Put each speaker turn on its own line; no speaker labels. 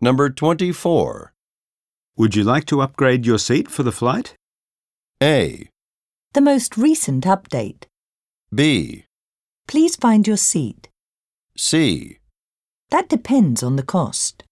Number 24.
Would you like to upgrade your seat for the flight?
A.
The most recent update.
B.
Please find your seat.
C.
That depends on the cost.